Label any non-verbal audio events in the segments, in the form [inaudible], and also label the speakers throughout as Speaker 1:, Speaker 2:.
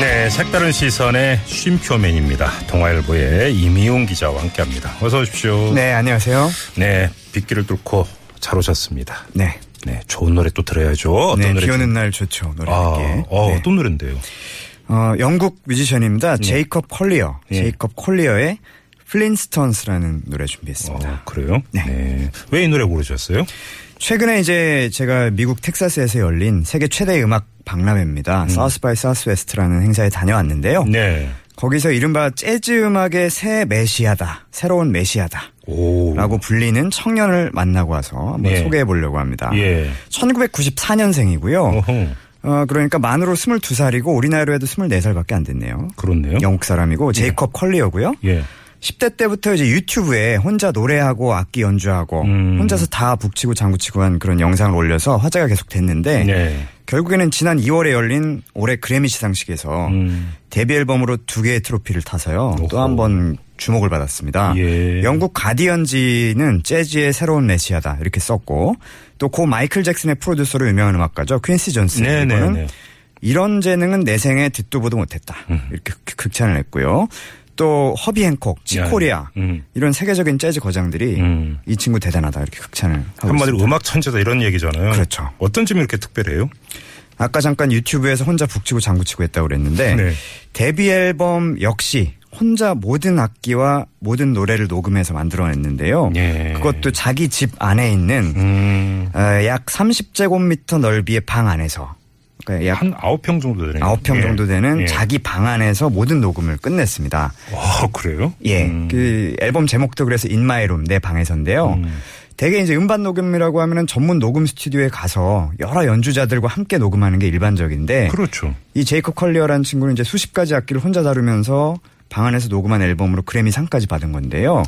Speaker 1: 네, 색다른 시선의 쉼표맨입니다. 동아일보의 이미용 기자와 함께합니다. 어서 오십시오.
Speaker 2: 네, 안녕하세요.
Speaker 1: 네, 빗길을 뚫고 잘 오셨습니다.
Speaker 2: 네.
Speaker 1: 네, 좋은 노래 또 들어야죠. 어떤
Speaker 2: 네,
Speaker 1: 노래?
Speaker 2: 비 오는
Speaker 1: 들-
Speaker 2: 날 좋죠. 노래
Speaker 1: 아,
Speaker 2: 함께.
Speaker 1: 어,
Speaker 2: 네.
Speaker 1: 어떤 노래인데요?
Speaker 2: 어, 영국 뮤지션입니다. 제이컵 콜리어.
Speaker 1: 네. 예.
Speaker 2: 제이컵 콜리어의 플린스턴스라는 노래 준비했습니다.
Speaker 1: 어, 그래요?
Speaker 2: 네.
Speaker 1: 왜 이 노래 고르셨어요?
Speaker 2: 최근에 이제 제가 미국 텍사스에서 열린 세계 최대 음악 박람회입니다. 사우스 바이 사우스 웨스트라는 행사에 다녀왔는데요.
Speaker 1: 네.
Speaker 2: 거기서 이른바 재즈 음악의 새 메시아다. 새로운 메시아다.
Speaker 1: 오.
Speaker 2: 라고 불리는 청년을 만나고 와서 한번
Speaker 1: 예.
Speaker 2: 소개해 보려고 합니다.
Speaker 1: 예.
Speaker 2: 1994년생이고요.
Speaker 1: 어허.
Speaker 2: 어, 그러니까 만으로 22살이고 우리 나이로 해도 24살밖에 안 됐네요.
Speaker 1: 그렇네요.
Speaker 2: 영국 사람이고 제이컵 컬리어고요.
Speaker 1: 예.
Speaker 2: 10대 때부터 이제 유튜브에 혼자 노래하고 악기 연주하고
Speaker 1: 음.
Speaker 2: 혼자서 다 북치고 장구치고 한 그런 영상을 올려서 화제가 계속 됐는데
Speaker 1: 네.
Speaker 2: 결국에는 지난 2월에 열린 올해 그래미 시상식에서
Speaker 1: 음.
Speaker 2: 데뷔 앨범으로 두 개의 트로피를 타서요.
Speaker 1: 오호.
Speaker 2: 또 한 번 주목을 받았습니다.
Speaker 1: 예.
Speaker 2: 영국 가디언지는 재즈의 새로운 메시아다 이렇게 썼고 또 고 마이클 잭슨의 프로듀서로 유명한 음악가죠. 퀸시 존슨.
Speaker 1: 네, 네,
Speaker 2: 이거는
Speaker 1: 네.
Speaker 2: 이런 재능은 내 생에 듣도 보도 못했다.
Speaker 1: 음.
Speaker 2: 이렇게 극- 극찬을 했고요. 또 허비 행콕, 치코리아
Speaker 1: 야, 음.
Speaker 2: 이런 세계적인 재즈 거장들이
Speaker 1: 음.
Speaker 2: 이 친구 대단하다 이렇게 극찬을 하고
Speaker 1: 한마디로
Speaker 2: 있습니다.
Speaker 1: 음악 천재다 이런 얘기잖아요.
Speaker 2: 그렇죠.
Speaker 1: 어떤 점이 이렇게 특별해요?
Speaker 2: 아까 잠깐 유튜브에서 혼자 북치고 장구치고 했다고 그랬는데
Speaker 1: 네.
Speaker 2: 데뷔 앨범 역시 혼자 모든 악기와 모든 노래를 녹음해서 만들어냈는데요.
Speaker 1: 예.
Speaker 2: 그것도 자기 집 안에 있는
Speaker 1: 음.
Speaker 2: 어, 약 30제곱미터 넓이의 방 안에서 그러니까 약
Speaker 1: 한 9평 정도 되네요.
Speaker 2: 아홉 평
Speaker 1: 예.
Speaker 2: 정도 되는
Speaker 1: 예.
Speaker 2: 자기 방 안에서 모든 녹음을 끝냈습니다.
Speaker 1: 어, 그래요?
Speaker 2: 예.
Speaker 1: 음.
Speaker 2: 그 앨범 제목도 그래서 In My Room 내 방에서인데요.
Speaker 1: 음.
Speaker 2: 대개 이제 음반 녹음이라고 하면은 전문 녹음 스튜디오에 가서 여러 연주자들과 함께 녹음하는 게 일반적인데
Speaker 1: 그렇죠.
Speaker 2: 이 제이콥 컬리어라는 친구는 이제 수십 가지 악기를 혼자 다루면서 방 안에서 녹음한 앨범으로 그래미 상까지 받은 건데요.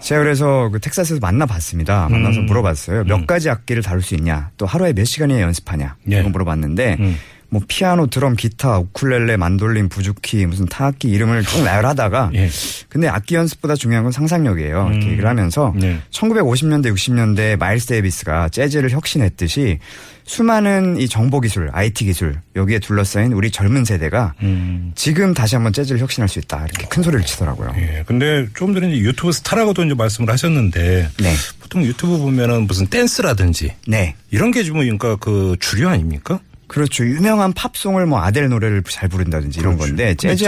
Speaker 2: 제가 그래서 그 텍사스에서 만나봤습니다. 만나서
Speaker 1: 음.
Speaker 2: 물어봤어요. 몇 가지 악기를 다룰 수 있냐, 또 하루에 몇 시간이나 연습하냐,
Speaker 1: 예.
Speaker 2: 이거 물어봤는데
Speaker 1: 음.
Speaker 2: 뭐 피아노, 드럼, 기타, 우쿨렐레, 만돌린, 부주키, 무슨 타악기 이름을 쭉 나열하다가
Speaker 1: 예.
Speaker 2: 근데 악기 연습보다 중요한 건 상상력이에요. 이렇게 얘기를 하면서
Speaker 1: 네.
Speaker 2: 1950년대, 60년대 마일스 데이비스가 재즈를 혁신했듯이 수많은 이 정보 기술, IT 기술 여기에 둘러싸인 우리 젊은 세대가
Speaker 1: 음.
Speaker 2: 지금 다시 한번 재즈를 혁신할 수 있다 이렇게 큰 소리를 치더라고요.
Speaker 1: 예. 근데 조금 전에 이제 유튜브 스타라고도 이제 말씀을 하셨는데
Speaker 2: 네.
Speaker 1: 보통 유튜브 보면은 무슨 댄스라든지
Speaker 2: 네.
Speaker 1: 이런 게 지금 그러니까 그 주류 아닙니까?
Speaker 2: 그렇죠. 유명한 팝송을 뭐 아델 노래를 잘 부른다든지 이런 건데
Speaker 1: 그렇죠. 근데
Speaker 2: 재즈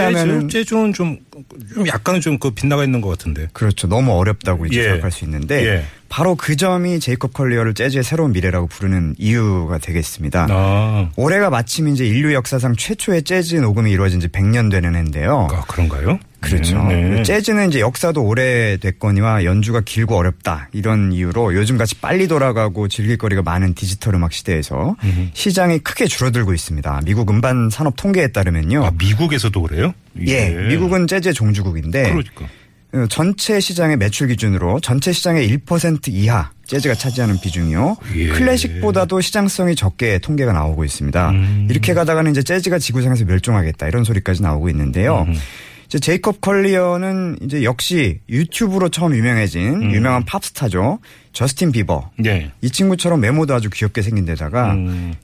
Speaker 1: 네,
Speaker 2: 하면은
Speaker 1: 재즈, 는 좀, 좀 약간은 좀 그 빗나가 있는 것 같은데.
Speaker 2: 그렇죠. 너무 어렵다고 이제
Speaker 1: 예.
Speaker 2: 생각할 수 있는데
Speaker 1: 예.
Speaker 2: 바로 그 점이 제이콥 컬리어를 재즈의 새로운 미래라고 부르는 이유가 되겠습니다.
Speaker 1: 아,
Speaker 2: 올해가 마침 이제 인류 역사상 최초의 재즈 녹음이 이루어진 지 100년 되는 해인데요.
Speaker 1: 아, 그런가요?
Speaker 2: 그렇죠.
Speaker 1: 네, 네.
Speaker 2: 재즈는 이제 역사도 오래됐거니와 연주가 길고 어렵다 이런 이유로 요즘같이 빨리 돌아가고 즐길거리가 많은 디지털 음악 시대에서 시장이 크게 줄어들고 있습니다. 미국 음반 산업 통계에 따르면요.
Speaker 1: 아, 미국에서도 그래요?
Speaker 2: 예, 미국은 네. 재즈 종주국인데
Speaker 1: 그러니까.
Speaker 2: 어, 전체 시장의 매출 기준으로 전체 시장의 1% 이하 재즈가 차지하는 비중이요.
Speaker 1: 예.
Speaker 2: 클래식보다도 시장성이 적게 통계가 나오고 있습니다. 이렇게 가다가는 이제 재즈가 지구상에서 멸종하겠다 이런 소리까지 나오고 있는데요. 이제 제이콥 컬리어는 이제 역시 유튜브로 처음 유명해진 유명한 팝스타죠. 저스틴 비버.
Speaker 1: 예.
Speaker 2: 이 친구처럼 외모도 아주 귀엽게 생긴 데다가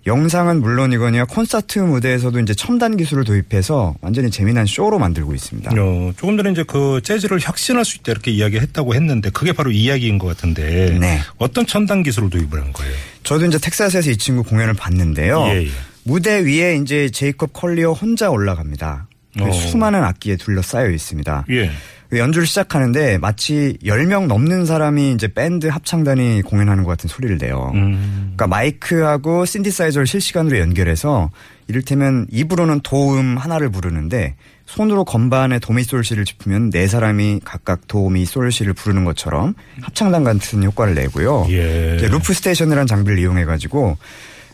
Speaker 2: 영상은 물론이거니와 콘서트 무대에서도 이제 첨단 기술을 도입해서 완전히 재미난 쇼로 만들고 있습니다.
Speaker 1: 어, 조금 전에 이제 그 재즈를 혁신할 수 있다 이렇게 이야기했다고 했는데 그게 바로 이야기인 것 같은데
Speaker 2: 네.
Speaker 1: 어떤 첨단 기술을 도입을 한 거예요?
Speaker 2: 저도 이제 텍사스에서 이 친구 공연을 봤는데요.
Speaker 1: 예, 예.
Speaker 2: 무대 위에 이제 제이콥 컬리어 혼자 올라갑니다. 그
Speaker 1: 어.
Speaker 2: 수많은 악기에 둘러싸여 있습니다. 그
Speaker 1: 예.
Speaker 2: 연주를 시작하는데 마치 10명 넘는 사람이 이제 밴드 합창단이 공연하는 것 같은 소리를 내요.
Speaker 1: 음.
Speaker 2: 그러니까 마이크하고 신디사이저를 실시간으로 연결해서 이를테면 입으로는 도음 하나를 부르는데 손으로 건반에 도미솔시를 짚으면 네 사람이 각각 도미솔시를 부르는 것처럼 합창단 같은 효과를 내고요.
Speaker 1: 예.
Speaker 2: 이제 루프 스테이션이라는 장비를 이용해 가지고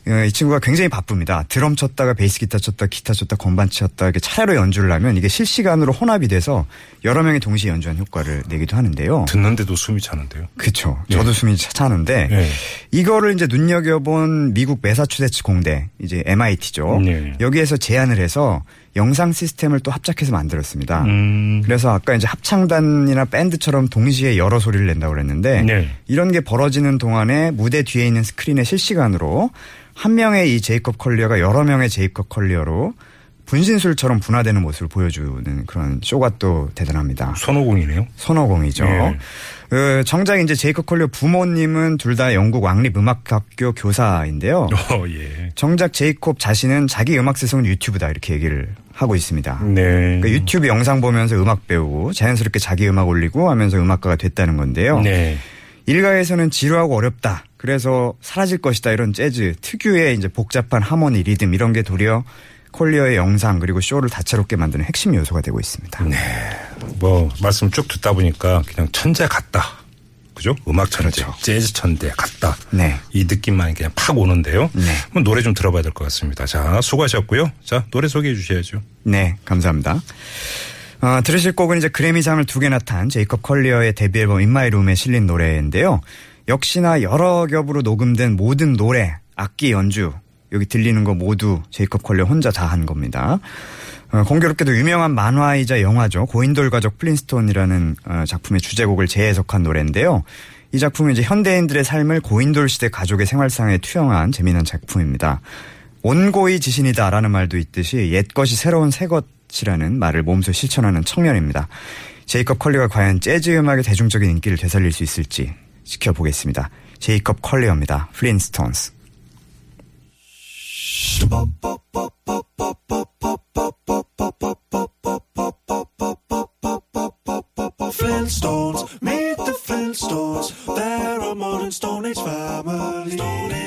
Speaker 2: 어, 이 친구가 굉장히 바쁩니다. 드럼 쳤다가 베이스 기타 쳤다, 기타 쳤다, 건반 쳤다 이렇게 차례로 연주를 하면 이게 실시간으로 혼합이 돼서 여러 명이 동시에 연주한 효과를 내기도 하는데요.
Speaker 1: 듣는데도 숨이 차는데요.
Speaker 2: 그렇죠. 저도 숨이 차- 차는데
Speaker 1: 예.
Speaker 2: 이거를 이제 눈여겨본 미국 매사추세츠 공대 이제 MIT죠.
Speaker 1: 예.
Speaker 2: 여기에서 제안을 해서 영상 시스템을 또 합작해서 만들었습니다.
Speaker 1: 음.
Speaker 2: 그래서 아까 이제 합창단이나 밴드처럼 동시에 여러 소리를 낸다고 그랬는데
Speaker 1: 네.
Speaker 2: 이런 게 벌어지는 동안에 무대 뒤에 있는 스크린에 실시간으로 한 명의 이 제이콥 컬리어가 여러 명의 제이콥 컬리어로 분신술처럼 분화되는 모습을 보여주는 그런 쇼가 또 대단합니다.
Speaker 1: 손오공이네요. [laughs]
Speaker 2: 손오공이죠.
Speaker 1: 예.
Speaker 2: 어, 정작 이제 제이크 콜리어 부모님은 둘 다 영국 왕립음악학교 교사인데요.
Speaker 1: 어, 예.
Speaker 2: 정작 제이콥 자신은 자기 음악 스승은 유튜브다 이렇게 얘기를 하고 있습니다.
Speaker 1: 네.
Speaker 2: 그러니까 유튜브 영상 보면서 음악 배우고 자연스럽게 자기 음악 올리고 하면서 음악가가 됐다는 건데요.
Speaker 1: 네.
Speaker 2: 일가에서는 지루하고 어렵다. 그래서 사라질 것이다 이런 재즈 특유의 이제 복잡한 하모니 리듬 이런 게 도리어 콜리어의 영상 그리고 쇼를 다채롭게 만드는 핵심 요소가 되고 있습니다.
Speaker 1: 뭐 말씀 쭉 듣다 보니까 그냥 천재 같다. 그죠? 음악 천재,
Speaker 2: 그렇죠.
Speaker 1: 재즈 천재 같다.
Speaker 2: 네.
Speaker 1: 이 느낌만 그냥 팍 오는데요. 한번 노래 좀 들어봐야 될 것 같습니다. 자, 수고하셨고요. 자, 노래 소개해 주셔야죠.
Speaker 2: 네, 감사합니다. 아, 들으실 곡은 이제 그래미상을 두 개나 탄 제이컵 컬리어의 데뷔 앨범 In My Room에 실린 노래인데요. 역시나 여러 겹으로 녹음된 모든 노래, 악기 연주, 여기 들리는 거 모두 제이컵 컬리어 혼자 다 한 겁니다. 어, 공교롭게도 유명한 만화이자 영화죠. 고인돌 가족 플린스톤이라는 어, 작품의 주제곡을 재해석한 노래인데요. 이 작품은 이제 현대인들의 삶을 고인돌 시대 가족의 생활상에 투영한 재미난 작품입니다. 온고이 지신이다라는 말도 있듯이 옛것이 새로운 새것이라는 말을 몸소 실천하는 청년입니다. 제이컵 컬리가 과연 재즈 음악의 대중적인 인기를 되살릴 수 있을지 지켜보겠습니다. 제이컵 컬리어입니다. 플린스톤스.
Speaker 3: Flintstones, meet the Flintstones. They're a modern Stone Age family. Stone Age